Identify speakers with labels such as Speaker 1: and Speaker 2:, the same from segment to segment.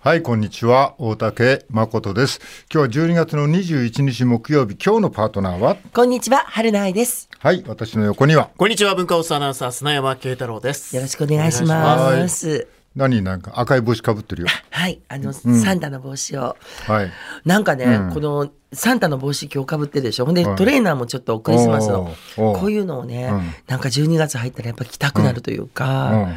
Speaker 1: はい、こんにちは。大竹誠です。今日は12月の21日木曜日、今日のパートナーは
Speaker 2: こんにちは、春菜愛です。
Speaker 1: はい、私の横には。
Speaker 3: こんにちは、文化放送アナウンサー、砂山慶太郎です。
Speaker 2: よろしくお願いします。
Speaker 1: 何なんか赤い帽子かぶってるよ。
Speaker 2: はい、あの、サンタの帽子を。
Speaker 1: はい。
Speaker 2: なんかね、このサンタの帽子今日かぶってるでしょ。ほんで、
Speaker 1: はい
Speaker 2: トレーナーもちょっとクリスマスの。
Speaker 1: おーおー
Speaker 2: こういうのをね、
Speaker 1: うん
Speaker 2: なんか12月入ったらやっぱ着たくなるというか、
Speaker 1: うん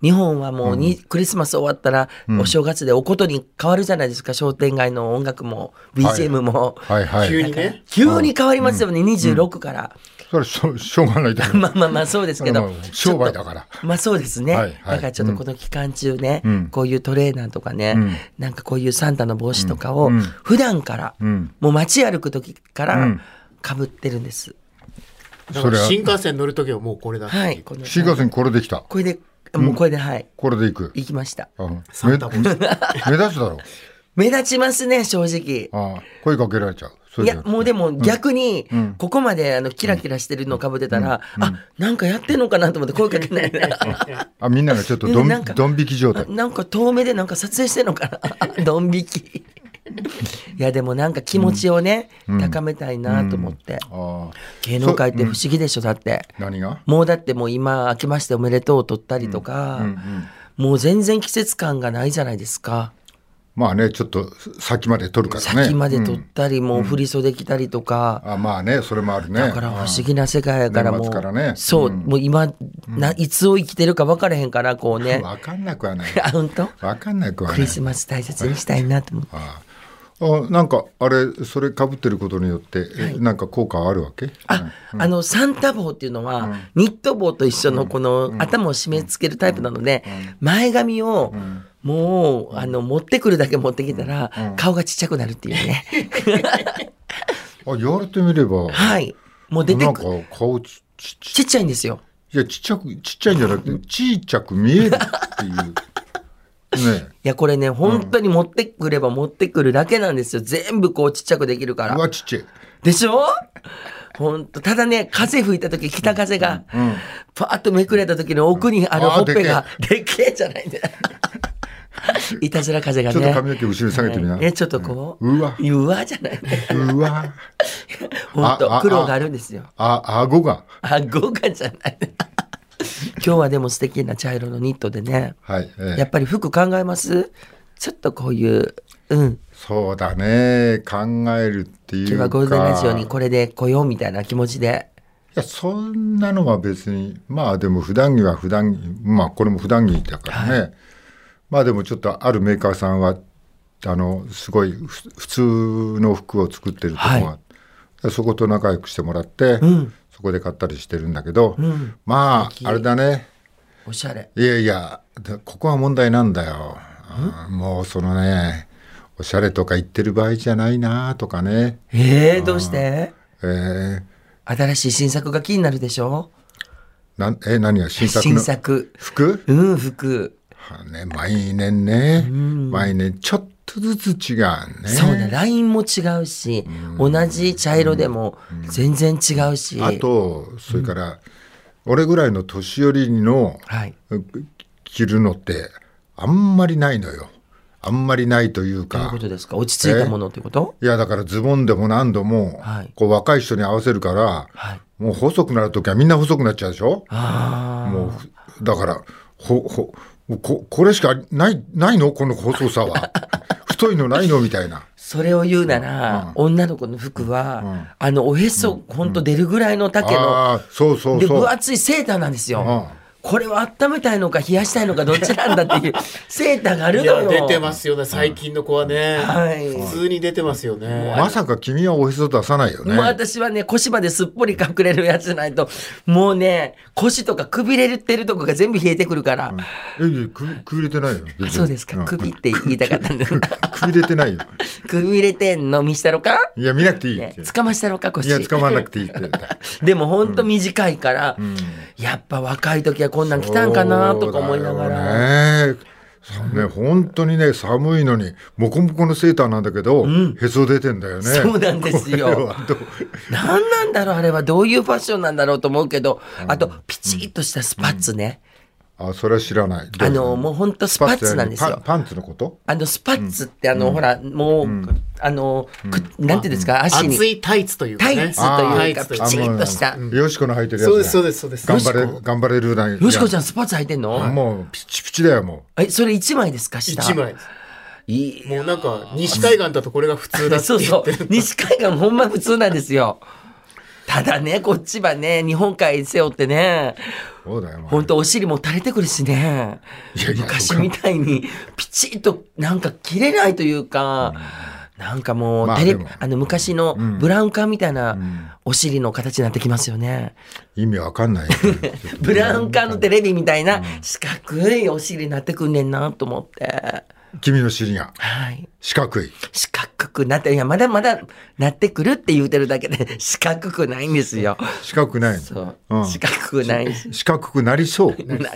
Speaker 2: 日本はもうに、クリスマス終わったら、お正月でおことに変わるじゃないですか、商店街の音楽も、BGM も。
Speaker 1: はいはい。
Speaker 3: 急にね。
Speaker 2: 急に変わりますよね、26から。
Speaker 1: それはしょしょうがないだろう。
Speaker 2: まあまあまあそうですけ
Speaker 1: ま
Speaker 2: ど
Speaker 1: あまあ商売だから
Speaker 2: ちょっとまあそうですね、
Speaker 1: はいはい
Speaker 2: だからちょっとこの期間中ね、
Speaker 1: うん
Speaker 2: こういうトレーナーとかね、
Speaker 1: うん
Speaker 2: なんかこういうサンタの帽子とかを
Speaker 1: うん
Speaker 2: 普段から、
Speaker 1: うん
Speaker 2: もう街歩く時か
Speaker 1: う
Speaker 2: ら
Speaker 1: ん
Speaker 2: かぶってるんです、
Speaker 3: だ
Speaker 1: そ
Speaker 3: か
Speaker 1: れ
Speaker 3: ら
Speaker 1: は
Speaker 3: 新幹線乗るときはもうこれだっていう
Speaker 2: はいこの
Speaker 1: 新幹線これできた。
Speaker 2: これでもうこれではい
Speaker 1: これでいく。
Speaker 2: 行きました
Speaker 1: あの
Speaker 3: サンタ帽子
Speaker 1: 目目立つだろう。
Speaker 2: 目立ちますね正直
Speaker 1: ああ、声かけられちゃう。そ
Speaker 2: い
Speaker 1: れじゃ
Speaker 2: や
Speaker 1: なくて
Speaker 2: もうでも逆に
Speaker 1: ん
Speaker 2: ここまであのキラキラしてるのかぶってたら、あなんかやってんのかなと思って声かけないな
Speaker 1: あ、みんながちょっとど
Speaker 2: うん
Speaker 1: ん
Speaker 2: なんか
Speaker 1: どん引き状態。
Speaker 2: なんか遠目でなんか撮影してんのか なドン引き。いやでもなんか気持ちをね、高めたいなと思って、
Speaker 1: ああ、
Speaker 2: 芸能界って不思議でしょだって、
Speaker 1: 何が
Speaker 2: もうだってもう今明けましておめでとうを取ったりとか、もう全然季節感がないじゃないですか
Speaker 1: まあね、ちょっと先まで取るからね。
Speaker 2: 先まで取ったり、もう振り袖着たりとか、
Speaker 1: あまあね、それもあるね。
Speaker 2: だから不思議な世界やから
Speaker 1: 年
Speaker 2: も
Speaker 1: 末
Speaker 2: う
Speaker 1: からね
Speaker 2: そう、
Speaker 1: うん
Speaker 2: もう今ないつを生きてるか分からへんからこうね
Speaker 1: わかんなくはない。
Speaker 2: あ本当
Speaker 1: わかんなくは
Speaker 2: ク
Speaker 1: ない
Speaker 2: リ。スマス大切にしたいなと思って。
Speaker 1: あああなんかあれそれかぶってることによって、えなんか効果はあるわけ
Speaker 2: あ、あの、サンタ帽っていうのは、ニット帽と一緒のこの頭を締め付けるタイプなので、前髪を、もう、あの、持ってくるだけ持ってきたら、顔がちっちゃくなるってい うね。
Speaker 1: あ言われてみれば、
Speaker 2: はい。もう出て
Speaker 1: なん
Speaker 2: く
Speaker 1: か
Speaker 2: る。
Speaker 1: 顔ちちち
Speaker 2: ちっちゃいんですよ。
Speaker 1: いやちっちゃくちっちゃいんじゃなくてちっちゃく見えるっていうね
Speaker 2: いや、これね、本当に持ってくれば持ってくるだけなんですよ。全部こうちっちゃくできるか
Speaker 1: えう
Speaker 2: ら。
Speaker 1: わちっちゃい
Speaker 2: でしょ本当ただね、風吹いた時、北風が、パーッとめくれた時の奥にある
Speaker 1: あー
Speaker 2: ほっぺが、でっけえじゃないんだよ。いたずら風がね。
Speaker 1: ちょっと髪の毛後ろに下げてみな、
Speaker 2: はいえ、ちょっとこう。
Speaker 1: うんうわ
Speaker 2: うわじゃないね。
Speaker 1: うわ
Speaker 2: ほん
Speaker 1: あ
Speaker 2: と
Speaker 1: あ、
Speaker 2: 苦労があるんですよ。
Speaker 1: あ顎が
Speaker 2: あ、豪華じゃないね。今日はでも素敵な茶色のニットでね。
Speaker 1: はい、え
Speaker 2: やっ
Speaker 1: え、
Speaker 2: ぱり服考えますちょっとこういう、うん。
Speaker 1: そうだね考えるっていうか
Speaker 2: 今日はゴールデンラジオにこれで来ようみたいな気持ちで。
Speaker 1: いやそんなのは別にまあでも普段着は普段着まあこれも普段着だからね、まあでもちょっとあるメーカーさんはあのすごいふ普通の服を作ってるとこが、
Speaker 2: は
Speaker 1: そこと仲良くしてもらって、そこで買ったりしてるんだけど、まああれだね
Speaker 2: おしゃれ。
Speaker 1: いやいやだここは問題なんだよあーもうそのねおしゃれとか言ってる場合じゃないなとかね
Speaker 2: えー、どうして
Speaker 1: えー
Speaker 2: 新しい新作が気になるでしょ
Speaker 1: なんえ何が新作の
Speaker 2: 新作。
Speaker 1: 服
Speaker 2: うん、服。
Speaker 1: はね、毎年ね、毎年ちょっとずつ違うね。
Speaker 2: そうね、ラインも違うし、同じ茶色でも全然違うし。
Speaker 1: あと、それから、俺ぐらいの年寄りの
Speaker 2: はい。
Speaker 1: 着るのって、あんまりないのよ。あんまりないという
Speaker 2: どういう
Speaker 1: か
Speaker 2: こ、とですか落ち着いたものってこと
Speaker 1: いや、だからズボンでも何度も、
Speaker 2: はい
Speaker 1: こう若い人に合わせるから、
Speaker 2: はい。
Speaker 1: もう細くなるときはみんな細くなっちゃうでしょ
Speaker 2: あ
Speaker 1: もうふだからほほもうここれしかないないのこの細さ は太いのないのみたいな
Speaker 2: あ、それを言うなら、女の子の服は、あの、おへそ、ほんと出るぐらいの丈の、
Speaker 1: ああそうそう
Speaker 2: で、
Speaker 1: そう
Speaker 2: 分厚いセーターなんですよ。
Speaker 1: うん
Speaker 2: これは温めたいのか冷やしたいのかどっちなんだっ ていうセーターがある
Speaker 3: い
Speaker 2: の
Speaker 3: や、
Speaker 2: よ。
Speaker 3: 出てますよね、最近の子はね。
Speaker 2: はい
Speaker 3: 普通に出てますよね。
Speaker 1: まさか君はおへそ出さないよね。
Speaker 2: もう私はね、腰まですっぽり隠れるやつじゃないと、もうね、腰とかくびれてるとこが全部冷えてくるから。
Speaker 1: えいやくくびれてないよ。
Speaker 2: あそうですか、
Speaker 1: ん
Speaker 2: くびって言いたかったんです。
Speaker 1: くびれてないよ。
Speaker 2: くびれてんの見したろか
Speaker 1: いや見なくていいっ
Speaker 2: ね
Speaker 1: て。
Speaker 2: つかましたろか腰。
Speaker 1: いや捕まらなくていいって言った。
Speaker 2: でもほんと短いから、やっぱ若い時はこんなん来たんかなとか思いなが
Speaker 1: そう
Speaker 2: ら。
Speaker 1: だよね。そうね本当にね寒いのにもこもこのセーターなんだけど、へそ出てんだよね。
Speaker 2: そうなんですよ
Speaker 1: これはどう
Speaker 2: 何なんだろうあれはどういうファッションなんだろうと思うけど、あとピチッとしたスパッツね。
Speaker 1: あそれは知らない
Speaker 2: あの、もう本当スパッツなんです
Speaker 1: パ
Speaker 2: よ
Speaker 1: ン。パンツのこと
Speaker 2: あの、スパッツって、あの、ほら、もう、あの、くなんていうんですか、足に
Speaker 3: 熱。いタイツというか
Speaker 2: タ
Speaker 3: ね
Speaker 2: イツと
Speaker 1: あー
Speaker 2: いう
Speaker 3: タ
Speaker 2: か、
Speaker 3: イツ
Speaker 2: ピ
Speaker 3: という
Speaker 1: あ
Speaker 3: か
Speaker 2: チ
Speaker 1: もう
Speaker 2: ッとした。
Speaker 1: よしこの履いてるやつだ
Speaker 3: そうですそうですそうです
Speaker 1: 頑張れ頑張れるな
Speaker 2: よしこちゃん、スパッツ履いてんの
Speaker 1: あもうピチピチだよも
Speaker 2: え、それ一枚ですか下。
Speaker 3: 一。枚
Speaker 2: いい。
Speaker 3: もうなんか西海岸だとこれが普通だって
Speaker 2: そう
Speaker 3: 言
Speaker 2: そ
Speaker 3: っ
Speaker 2: う
Speaker 3: て。
Speaker 2: 西海岸ほんま普通なんですよ。ただね、こっちはね、日本海背負ってね、
Speaker 1: うそうだよもう
Speaker 2: ほんとお尻も垂れてくるしね。昔みたいにピチッとなんか切れないというか、なんかもう、
Speaker 1: まあ
Speaker 2: テレ
Speaker 1: でも
Speaker 2: あの昔のブラウン管みたいなお尻の形になってきますよね。
Speaker 1: 意味わかん ないよ
Speaker 2: ブラウン管のテレビみたいな四角いお尻になってくんねんなと思って。
Speaker 1: 君の尻が
Speaker 2: はい。
Speaker 1: 四角い
Speaker 2: 四角くなって、いや、まだまだなってくるって言うてるだけで 四角くないんですよ。
Speaker 1: 四角くない
Speaker 2: そう。
Speaker 1: うん
Speaker 2: 四角くないし。
Speaker 1: 四角くなりそう
Speaker 2: なんか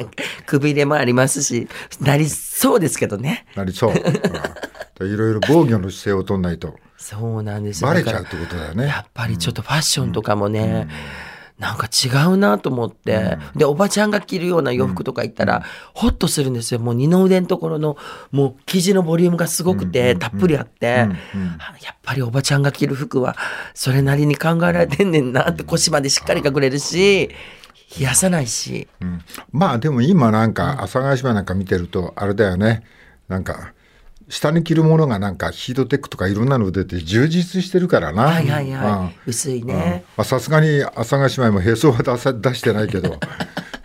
Speaker 2: くびれもありますし、なりそうですけどね。
Speaker 1: なりそう、うんいろいろ防御の姿勢を取んないと
Speaker 2: そうなんですよ。
Speaker 1: バレち
Speaker 2: だ
Speaker 1: ゃ
Speaker 2: か
Speaker 1: う
Speaker 2: ら
Speaker 1: ってことだよね
Speaker 2: やっぱりちょっとファッションとかもね、なんか違うなと思って、でおばちゃんが着るような洋服とか行ったら、ホッとするんですよもう二の腕のところのもう生地のボリュームがすごくて、たっぷりあって、あやっぱりおばちゃんが着る服はそれなりに考えられてんねんなって腰までしっかり隠れるし冷やさないし、
Speaker 1: うんまあでも今なんか阿佐ヶ谷姉妹なんか見てるとあれだよねなんか下に着るものがなんかヒートテックとかいろんなの出て充実してるからな。
Speaker 2: はいはい
Speaker 1: うん
Speaker 2: はい、薄いね、
Speaker 1: まあさすがに阿佐ヶ谷姉妹もへそは出さ出してないけ ど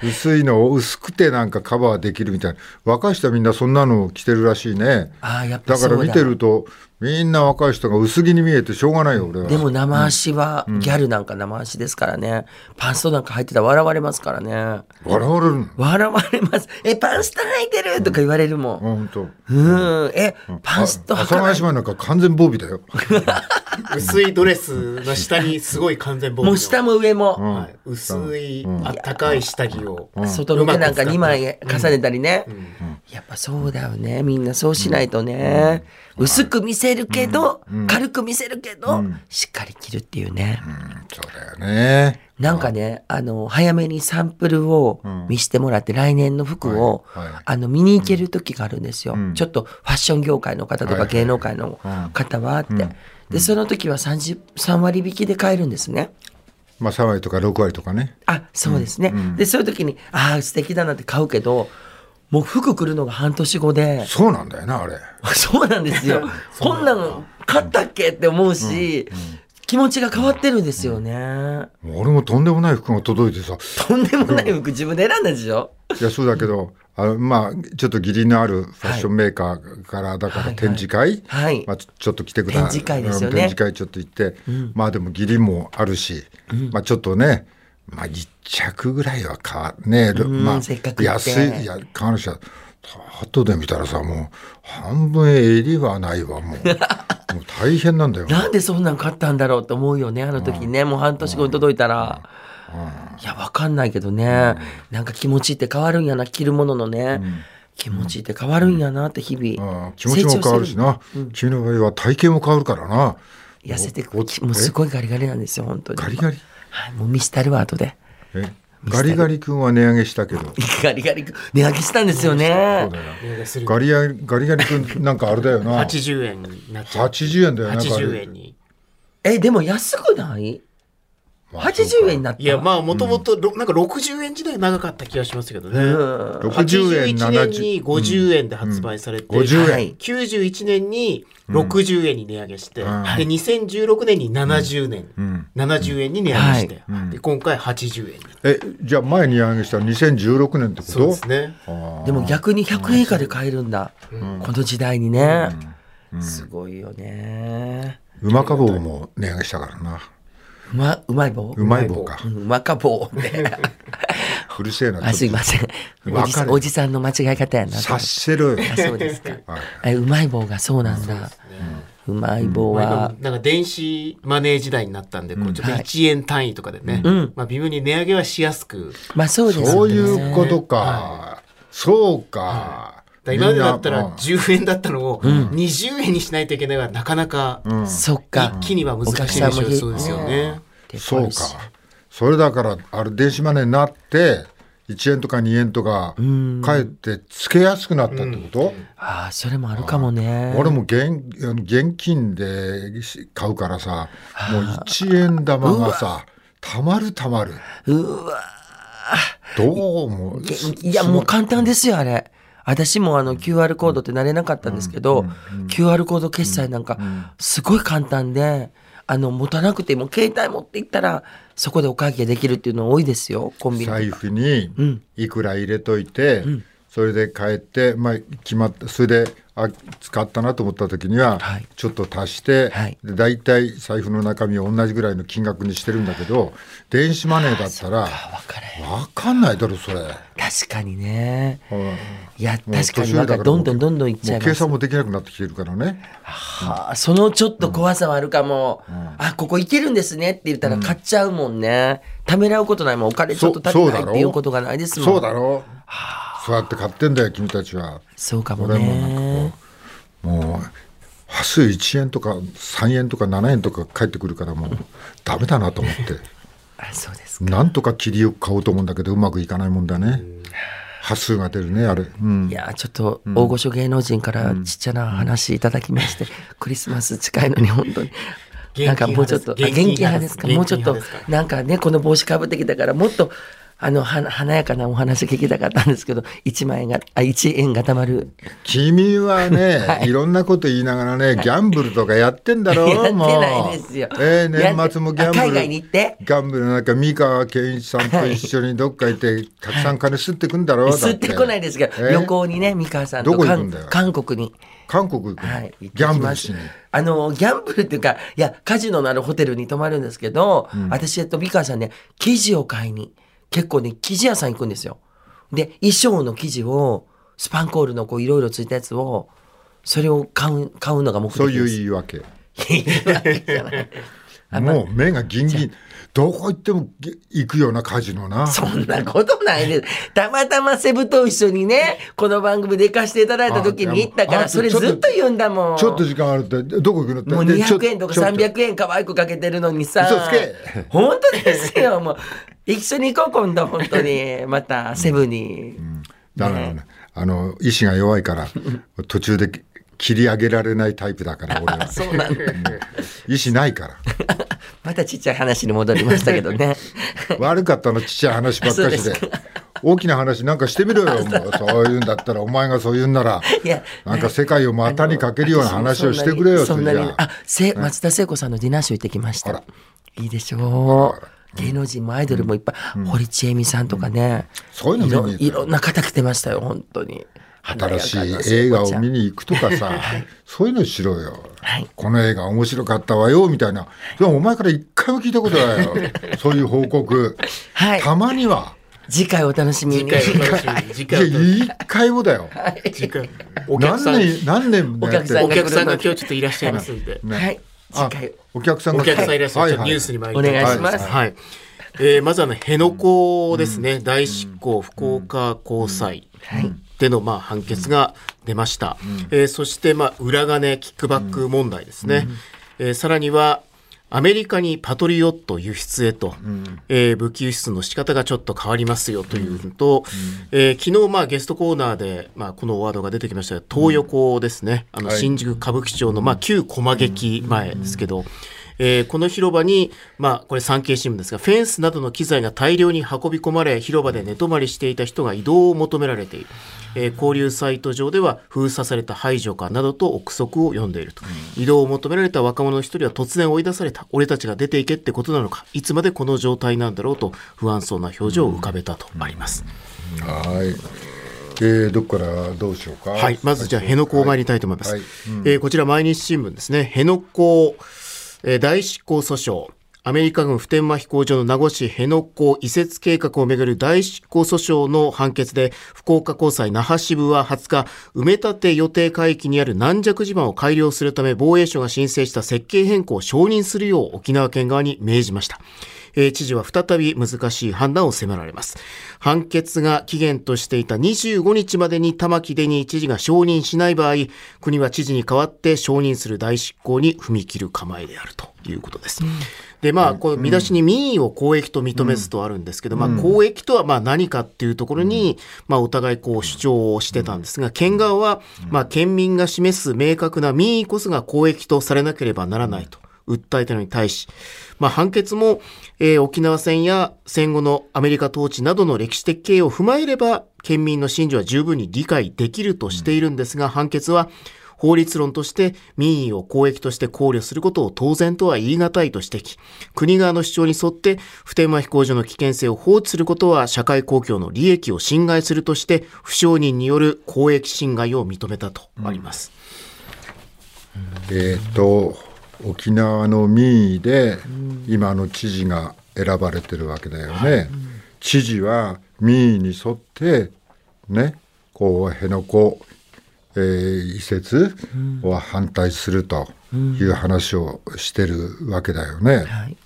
Speaker 1: 薄いのを薄くてなんかカバーできるみたいな若い人はみんなそんなのを着てるらしいね
Speaker 2: ああやっぱ
Speaker 1: だ
Speaker 2: そ
Speaker 1: か
Speaker 2: うだ
Speaker 1: ら見てるとみんな若い人が薄着に見えてしょうがないよ俺は
Speaker 2: でも生足は、ギャルなんか生足ですからねパンストなんか入ってたら笑われますからね
Speaker 1: 笑われるの
Speaker 2: 笑われます。え、パンスト履いてるとか言われるもん。
Speaker 1: 本当
Speaker 2: うん。え、パ
Speaker 1: 阿
Speaker 2: ンス
Speaker 1: 佐
Speaker 2: ト
Speaker 1: ヶ
Speaker 2: 履かな
Speaker 1: 谷姉
Speaker 2: い。
Speaker 1: 妹なんか完全防備だよ
Speaker 3: 薄いドレスの下にすごい完全防備
Speaker 2: も
Speaker 3: の
Speaker 2: う下も上も。
Speaker 3: はい薄いあったかい下着を
Speaker 2: 外ロケなんか2枚重ねたりね
Speaker 3: ん。
Speaker 2: やっぱそうだよね。みんなそうしないとね。薄く見せるけど、軽く見せるけど、しっかり着るっていうね。
Speaker 1: そうだよね
Speaker 2: なんかね、あの、早めにサンプルを見してもらって、来年の服を
Speaker 1: はいはい、
Speaker 2: あの、見に行ける時があるんですよ
Speaker 1: ん。
Speaker 2: ちょっとファッション業界の方と
Speaker 1: はいは
Speaker 2: か
Speaker 1: い
Speaker 2: 芸能界の方はって。で、その時は30 3割引きで買えるんですね。
Speaker 1: まあ3割とか6割とかね
Speaker 2: あ、そうですね。で、そういう時に、ああ、素敵だなって買うけど、もう服来るのが半年後で、
Speaker 1: そうなんだよなあれ
Speaker 2: そうなんで すよ。こんなの買ったっけって思うし、気持ちが変わってるんですよね。
Speaker 1: もう俺もとんでもない服が届いてさ
Speaker 2: とんでもない服自分で選んだでしょ
Speaker 1: いやそうだけどあのまあちょっと義理のあるファッションメーカーから、だから展示会、
Speaker 2: はい
Speaker 1: まあ、ちょちょっと来てください
Speaker 2: 展示会ですよね
Speaker 1: 展示会ちょっと行って、まあでも義理もあるし、まあちょっとねまあ1着ぐらいは買わねえ、まあ
Speaker 2: せっかく行って
Speaker 1: 安いいや買わなくちゃ後で見たらさもう半分襟はないわ もうもう大変なんだよ
Speaker 2: なんでそんなん買ったんだろうと思うよねあの時ね、もう半年後に届いたら、いやわかんないけどね、なんか気持ちって変わるんやな着るもののね、気持ちって変わるんやなって日々、
Speaker 1: ああ気持ちも変わるしな、君の場合は体型も変わるからな
Speaker 2: 痩せてく
Speaker 1: おお
Speaker 2: もうすごいガリガリなんですよ本当に
Speaker 1: ガリガリ
Speaker 2: はい、もう見したるわ後で
Speaker 1: えガリガリ君は値上げしたけど
Speaker 2: ガリガリ値上げしたんですよ
Speaker 1: そ
Speaker 2: ね
Speaker 1: うだよ
Speaker 3: 値上げする
Speaker 1: ガリガリガリガリ君なんかあれだよな
Speaker 3: 80円になっちゃう
Speaker 1: 80円だよなガ
Speaker 3: 80
Speaker 1: リ
Speaker 3: 円に
Speaker 2: えでも安くない、80円になった
Speaker 3: いやまあもともとなんか60円時代長かった気がしますけどね、
Speaker 2: うん
Speaker 1: 60円
Speaker 3: 81年に
Speaker 1: 70
Speaker 3: 50円で発売されて、
Speaker 1: 50円、
Speaker 2: はい
Speaker 3: 91年に60円に値上げして、
Speaker 1: ん
Speaker 3: で2016年に70年、
Speaker 1: ん
Speaker 3: 70円に値上げして、で今回80円に、
Speaker 1: えじゃあ前に値上げした2016年ってこと
Speaker 3: そうですね
Speaker 1: あ
Speaker 2: でも逆に100円以下で買えるんだ、この時代にね、すごいよね
Speaker 1: あうまかぼうも値上げしたからな
Speaker 2: うまうまい棒
Speaker 1: うまい棒か
Speaker 2: うんうまか棒って
Speaker 1: うるせえな
Speaker 2: あすいませんおじ
Speaker 1: わか
Speaker 2: さん
Speaker 1: る
Speaker 2: おじさんの間違い方やな
Speaker 1: 察せろよ
Speaker 2: あそうですか
Speaker 1: はい
Speaker 2: えうまい棒がそうなんだうまい棒
Speaker 3: なん
Speaker 2: は
Speaker 3: かなんか電子マネー時代になったんで、こうちょっと
Speaker 2: はい
Speaker 3: 1円単位とかでね、まあ、微妙に値上げはしやすく、
Speaker 2: まあそうですね
Speaker 1: そういうことか、そうか、
Speaker 3: だから今までだった
Speaker 1: みん
Speaker 3: ら
Speaker 1: な
Speaker 3: 10円だったのを20円にしないといけないはなかなか
Speaker 2: そっか
Speaker 3: 一気には難しいでし
Speaker 2: お客さんも
Speaker 3: ょ
Speaker 2: ひ
Speaker 3: うそうですよね。
Speaker 1: そうか。それだから、あれ、電子マネーになって、 1円とか2円とか、かえってつけやすくなったってこと、
Speaker 2: ああ、それもあるかもね。
Speaker 1: 俺も現現金でし買うからさもう1円玉がさたまるたまる
Speaker 2: うわ
Speaker 1: どうも
Speaker 2: いや、もう簡単ですよ、あれ。私もあの QR コードって慣れなかったんですけど、QR コード決済なんか、すごい簡単で、あの、持たなくても、携帯持っていったら、そこでお会計できるっていうの多いですよ、コンビニとか。
Speaker 1: 財布にいくら入れといて、それで帰って、まあ、決まったそれであ使ったなと思った時には、
Speaker 2: はい
Speaker 1: ちょっと足して、
Speaker 2: はい
Speaker 1: で大体財布の中身を同じぐらいの金額にしてるんだけど電子マネーだったら
Speaker 2: あ分かれ。
Speaker 1: 分かんないだろそれ。
Speaker 2: 確かにね。
Speaker 1: うん
Speaker 2: いや、
Speaker 1: もう
Speaker 2: 確かに
Speaker 1: 年寄り
Speaker 2: なんか
Speaker 1: だら
Speaker 2: どんどんどんどんいっちゃい
Speaker 1: もう
Speaker 2: ま
Speaker 1: 計
Speaker 2: す。
Speaker 1: 算もできなくなってきてるからね。
Speaker 2: はあ、そのちょっと怖さはあるかも。あ、ここ行けるんですねって言ったら買っちゃうもんね。ためらうことないもん。お金ちょっと足りないっていうことがないですもん。
Speaker 1: そうだろそうやって買ってんだよ君たちは。
Speaker 2: そうかも
Speaker 1: 俺もなんか
Speaker 2: ね。
Speaker 1: こうもう端数1円とか3円とか7円とか返ってくるからもうダメだなと思って。
Speaker 2: あ、そうです。
Speaker 1: なんとか切りよく買おうと思うんだけどうまくいかないもんだね。端数が出るねあれ。うん
Speaker 2: い。や、ちょっと大御所芸能人からちっちゃな話いただきまして、クリスマス近いのに本当に。
Speaker 3: 金
Speaker 2: なんかもうちょっと、あ
Speaker 3: 派です
Speaker 2: 現金派ですか、
Speaker 3: 現金
Speaker 2: もうちょっと
Speaker 3: 派です、か
Speaker 2: なんかね、この帽子かぶってきたから、もっと、あの、は華やかなお話聞きたかったんですけど、1万円が、あ、1円がたまる。
Speaker 1: 君は ね、い、ろんなこと言いながらね、ギャンブルとかやってんだろう、
Speaker 2: やって
Speaker 1: もう。
Speaker 2: ないですよ
Speaker 1: ええ
Speaker 2: やって
Speaker 1: 年末もギャンブル。
Speaker 2: あ海外に行って
Speaker 1: ギャンブルなんか、三河健一さんと一緒にどっか行って、たくさん金吸ってくんだろう、だ
Speaker 2: 吸ってこないですけど、
Speaker 1: え
Speaker 2: 旅行にね、美川さんと
Speaker 1: どこ行く
Speaker 2: 韓
Speaker 1: んだよ
Speaker 2: 韓国に。
Speaker 1: 韓国行くの、
Speaker 2: はい、
Speaker 1: ギ
Speaker 2: 行って
Speaker 1: ャン
Speaker 2: き
Speaker 1: ブル
Speaker 2: ま
Speaker 1: し
Speaker 2: す
Speaker 1: に。
Speaker 2: あのギャンブルっていうかいやカジノのあるホテルに泊まるんですけど、私えっと美川さんね生地を買いに結構ね生地屋さん行くんですよで衣装の生地をスパンコールのこういろいろついたやつをそれを買う買うのが目的
Speaker 1: そういう
Speaker 2: です
Speaker 1: 言い訳。
Speaker 2: あまあ
Speaker 1: もう目がギンギン。どこ行ってもぎ行くようなカジノな。
Speaker 2: そんなことないです。たまたまセブと一緒にね、この番組で行かせていただいた時に行ったか
Speaker 1: あで
Speaker 2: ら、
Speaker 1: も
Speaker 2: それずっと言うんだもん。
Speaker 1: ちょっと時間あるって、どこ行くのって。
Speaker 2: もう
Speaker 1: でちょ
Speaker 2: 200円とか
Speaker 1: ちょっ
Speaker 2: 300円可愛くかけてるのにさ。
Speaker 1: 嘘つけ
Speaker 2: 本当ですよ、もう。一緒に行こう、今度、本 当に。また、セブンに。
Speaker 1: だからね、あの意志が弱い から途中で切り上げられないタイプだ から俺は
Speaker 2: あ、そうなんだ。
Speaker 1: 意志ない から
Speaker 2: またちっちゃい話に戻りましたけどね。
Speaker 1: 悪かったのちっちゃい話ばっかし
Speaker 2: あ
Speaker 1: で
Speaker 2: そうで
Speaker 1: 大きな話なんかしてみろよもうそういうんだったらお前がそう言うんなら
Speaker 2: いや
Speaker 1: なんか世界を股にかけるような話をしてくれよ
Speaker 2: そ
Speaker 1: そ
Speaker 2: ん
Speaker 1: れ
Speaker 2: な
Speaker 1: じゃ
Speaker 2: に。そんなに
Speaker 1: あ
Speaker 2: あ、せ、松田聖子さんのディナーショー行ってきまし
Speaker 1: ほ
Speaker 2: た
Speaker 1: ら。
Speaker 2: いいでしょう。芸能人もアイドルもいっぱい。堀ちえみさんとかね。
Speaker 1: そういうの見に行く
Speaker 2: いろいろんな方来てましたよ、本当に。
Speaker 1: 新し
Speaker 2: 華やかない
Speaker 1: 映
Speaker 2: 聖
Speaker 1: 画
Speaker 2: 子ちゃ
Speaker 1: を
Speaker 2: ん
Speaker 1: 見に行くとか さそういうのしろよ、
Speaker 2: はい
Speaker 1: この映画面白かったわよみたいなでもお前から一回も聞いたことない よそういう報告、
Speaker 2: はい
Speaker 1: たまには。
Speaker 2: 次回お楽しみに。
Speaker 3: 次回お楽しみに。次
Speaker 1: いや
Speaker 3: 回
Speaker 1: 一回も
Speaker 3: お楽しみ
Speaker 1: だよ。
Speaker 3: に。次回お客
Speaker 1: 何
Speaker 3: さん、
Speaker 1: 年何年もやってる
Speaker 2: お
Speaker 3: お
Speaker 2: 客さん
Speaker 3: 客さんが今日ちょっといらっしゃいますんで。
Speaker 1: ね
Speaker 2: はい。次
Speaker 1: あ
Speaker 2: 回。
Speaker 1: お客さんが
Speaker 3: お客さんいらっしゃ
Speaker 1: はい
Speaker 3: るニ
Speaker 1: はい
Speaker 3: ュースに参りた
Speaker 2: お願いします
Speaker 3: はいはいえーまずはね辺野古ですね、大執行福岡高裁でのまあ判決が出ました、えーそしてまあ裏金キックバック問題ですね、えーさらにはアメリカにパトリオット輸出へと、えー武器輸出の仕方がちょっと変わりますよというのと、えー昨日まあゲストコーナーで、まあ、このワードが出てきましたが東横ですね、あの
Speaker 1: はい
Speaker 3: 新宿歌舞伎町のまあ旧駒劇前ですけど、えーこの広場に、まあ、これ産経新聞ですがフェンスなどの機材が大量に運び込まれ広場で寝泊まりしていた人が移動を求められている、えー交流サイト上では封鎖された排除かなどと憶測を読んでいると、移動を求められた若者の一人は突然追い出された俺たちが出ていけってことなのかいつまでこの状態なんだろうと不安そうな表情を浮かべたとあります、
Speaker 1: はい。えーどこからどうしようか。
Speaker 3: はい、まずじゃあ辺野古を参りたいと思います。
Speaker 1: はいうん
Speaker 3: えーこちら毎日新聞ですね。辺野古、えー大執行訴訟。アメリカ軍普天間飛行場の名護市辺野古移設計画をめぐる大執行訴訟の判決で、福岡高裁那覇支部は20日、埋め立て予定海域にある軟弱地盤を改良するため、防衛省が申請した設計変更を承認するよう沖縄県側に命じました。ええー知事は再び難しい判断を迫られます。判決が期限としていた25日までに玉城デニー知事が承認しない場合、国は知事に代わって承認する代執行に踏み切る構えであるということです。で、まあ、こう見出しに民意を公益と認めずとあるんですけど、まあ、公益とはまあ何かっていうところに、まあ、お互いこう主張をしてたんですが、県側は、まあ、県民が示す明確な民意こそが公益とされなければならないと。訴えたのに対し、まあ、判決も、えー沖縄戦や戦後のアメリカ統治などの歴史的経緯を踏まえれば、県民の心情は十分に理解できるとしているんですが、判決は、法律論として民意を公益として考慮することを当然とは言い難いと指摘。国側の主張に沿って普天間飛行場の危険性を放置することは社会公共の利益を侵害するとして不承認による公益侵害を認めたとあります。
Speaker 1: えー、と沖縄の民意で今の知事が選ばれてるわけだよね。知事は民意に沿ってねこう辺野古、えー移設は反対するという話をしてるわけだよね。
Speaker 2: はい。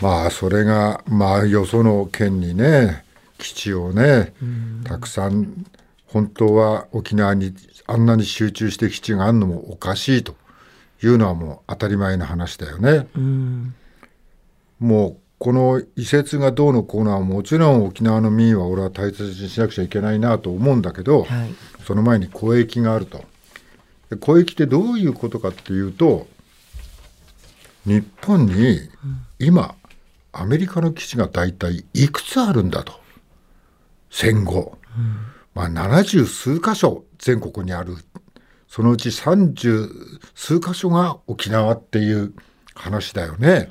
Speaker 1: まあそれがまあよその県にね基地をねたくさん本当は沖縄にあんなに集中して基地があるのもおかしいというのはもう当たり前の話だよね。もうこの移設がどうのこうのはもちろん沖縄の民意は俺は大切にしなくちゃいけないなと思うんだけど、
Speaker 2: はい
Speaker 1: その前に公益があると。で公益ってどういうことかっていうと日本に今アメリカの基地が大体いくつあるんだと戦後、まあ、70数箇所全国にあるそのうち30数箇所が沖縄っていう話だよね。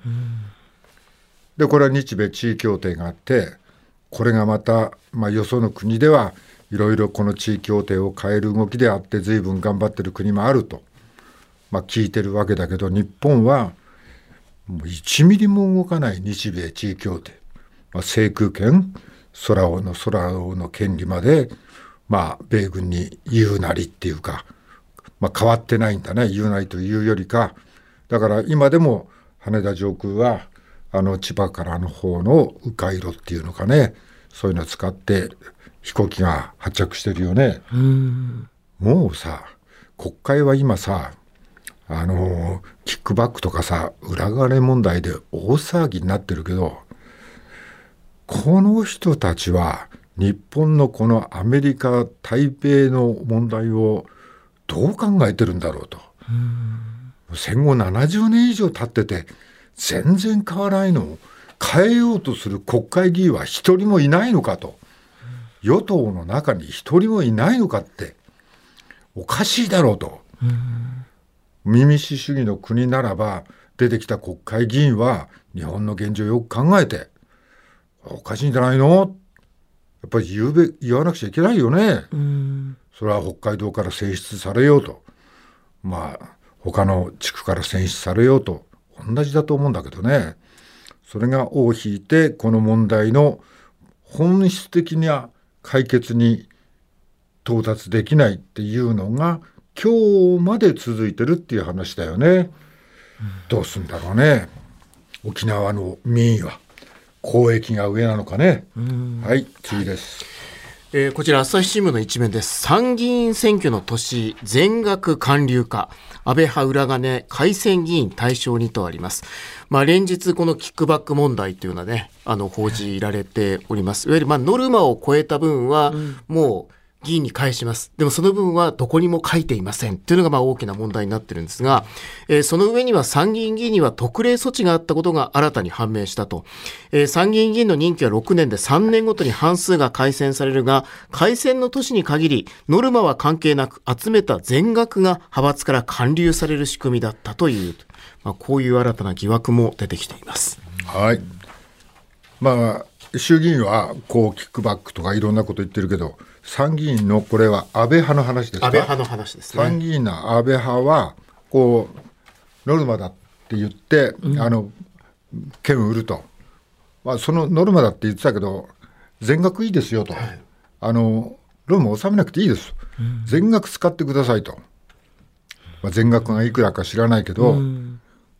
Speaker 1: でこれは日米地位協定があってこれがまた、まあ、よその国ではいろいろこの地位協定を変える動きであって随分頑張ってる国もあると、まあ、聞いてるわけだけど日本はもう1ミリも動かない日米地位協定、まあ、制空権空をの空をの権利まで、まあ、米軍に言うなりっていうか、まあ、変わってないんだね言うなりというよりかだから今でも羽田上空はあの千葉からの方の迂回路っていうのかねそういうのを使って飛行機が発着してるよね。もうさ国会は今さあのキックバックとかさ裏金問題で大騒ぎになってるけどこの人たちは日本のこのアメリカ台北の問題をどう考えてるんだろうと。戦後70年以上経ってて全然変わらないのを変えようとする国会議員は一人もいないのかと与党の中に一人もいないのかっておかしいだろうと民主主義の国ならば出てきた国会議員は日本の現状をよく考えておかしいんじゃないのやっぱり言うべ言わなくちゃいけないよね。それは北海道から選出されようと、まあ、他の地区から選出されようと、同じだと思うんだけどね。それが尾を引いて、この問題の本質的な解決に到達できないっていうのが、今日まで続いてるっていう話だよね。どうすんだろうね。沖縄の民意は、公益が上なのかね。はい、次です。
Speaker 3: えーこちら朝日新聞の一面です。参議院選挙の年、全額還流化、安倍派裏金、改選議員対象にとあります。まあ、連日このキックバック問題というのはね、あの、報じられております。いわゆる、まあ、ノルマを超えた分は、もう、議員に返します。でもその分はどこにも書いていません。というのがまあ大きな問題になってるんですが、えーその上には参議院議員には特例措置があったことが新たに判明したと。えー参議院議員の任期は6年で3年ごとに半数が改選されるが、改選の年に限り、ノルマは関係なく集めた全額が派閥から還流される仕組みだったという、まあ、こういう新たな疑惑も出てきています。
Speaker 1: はい。まあ、衆議院はこうキックバックとかいろんなこと言ってるけど、参議院のこれは安倍派の話ですか
Speaker 3: 安倍派の話ですね。
Speaker 1: 参議院の安倍派は、こう、ノルマだって言って、あの、券を売ると。まあ、そのノルマだって言ってたけど、全額いいですよと。あの、ローンも納めなくていいです。全額使ってくださいと。まあ、全額がいくらか知らないけど、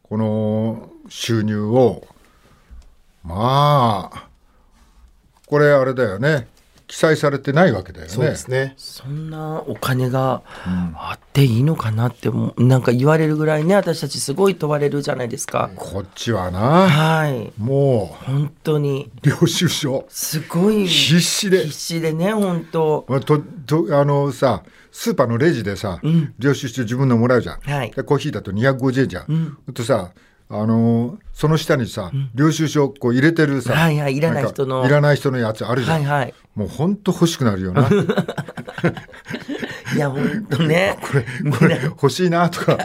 Speaker 1: この収入をまあこれあれだよね記載されてないわけだよね
Speaker 3: そうですね。
Speaker 2: そんなお金があっていいのかなってもうなんか言われるぐらいね私たちすごい問われるじゃないですか。
Speaker 1: こっちはな
Speaker 2: はい
Speaker 1: も
Speaker 2: 本当に
Speaker 1: う領収書
Speaker 2: すごい
Speaker 1: 必死で
Speaker 2: 必死でね本当
Speaker 1: ととあのさスーパーのレジでさ、領収書自分のもらうじゃん、
Speaker 2: はい
Speaker 1: でコーヒーだと250円じゃん、あとさあのーその下にさ、領収書こう入れてるさ、
Speaker 2: はいはいいらない人の
Speaker 1: んかいらない人のやつあるじゃん、
Speaker 2: はいはい
Speaker 1: もうほんと欲しくなるよ なこ
Speaker 2: いや本当ね
Speaker 1: れ欲しいなと か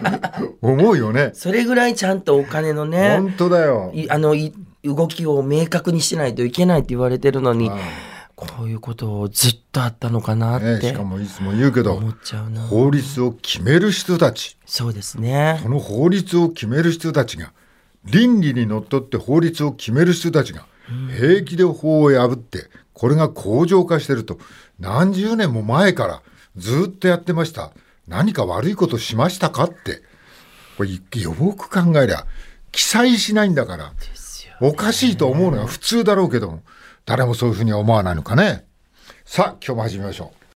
Speaker 1: 思うよね
Speaker 2: それぐらいちゃんとお金のね
Speaker 1: 本当だよ
Speaker 2: いあのい動きを明確にしないといけないって言われてるのに
Speaker 1: ああ
Speaker 2: こういうことをずっとあったのかな
Speaker 1: ね
Speaker 2: っ
Speaker 1: してかもいつも言うけど
Speaker 2: 思っちゃうな
Speaker 1: 法律を決める人たち
Speaker 2: そうですね
Speaker 1: この法律を決める人たちが倫理にのっとって法律を決める人たちが平気で法を破ってこれが恒常化してると何十年も前からずっとやってました何か悪いことしましたかってこれよく考えりゃ記載しないんだから
Speaker 2: ですよ
Speaker 1: おかしいと思うのが普通だろうけども誰もそういうふうには思わないのかねさあ今日も始めましょう。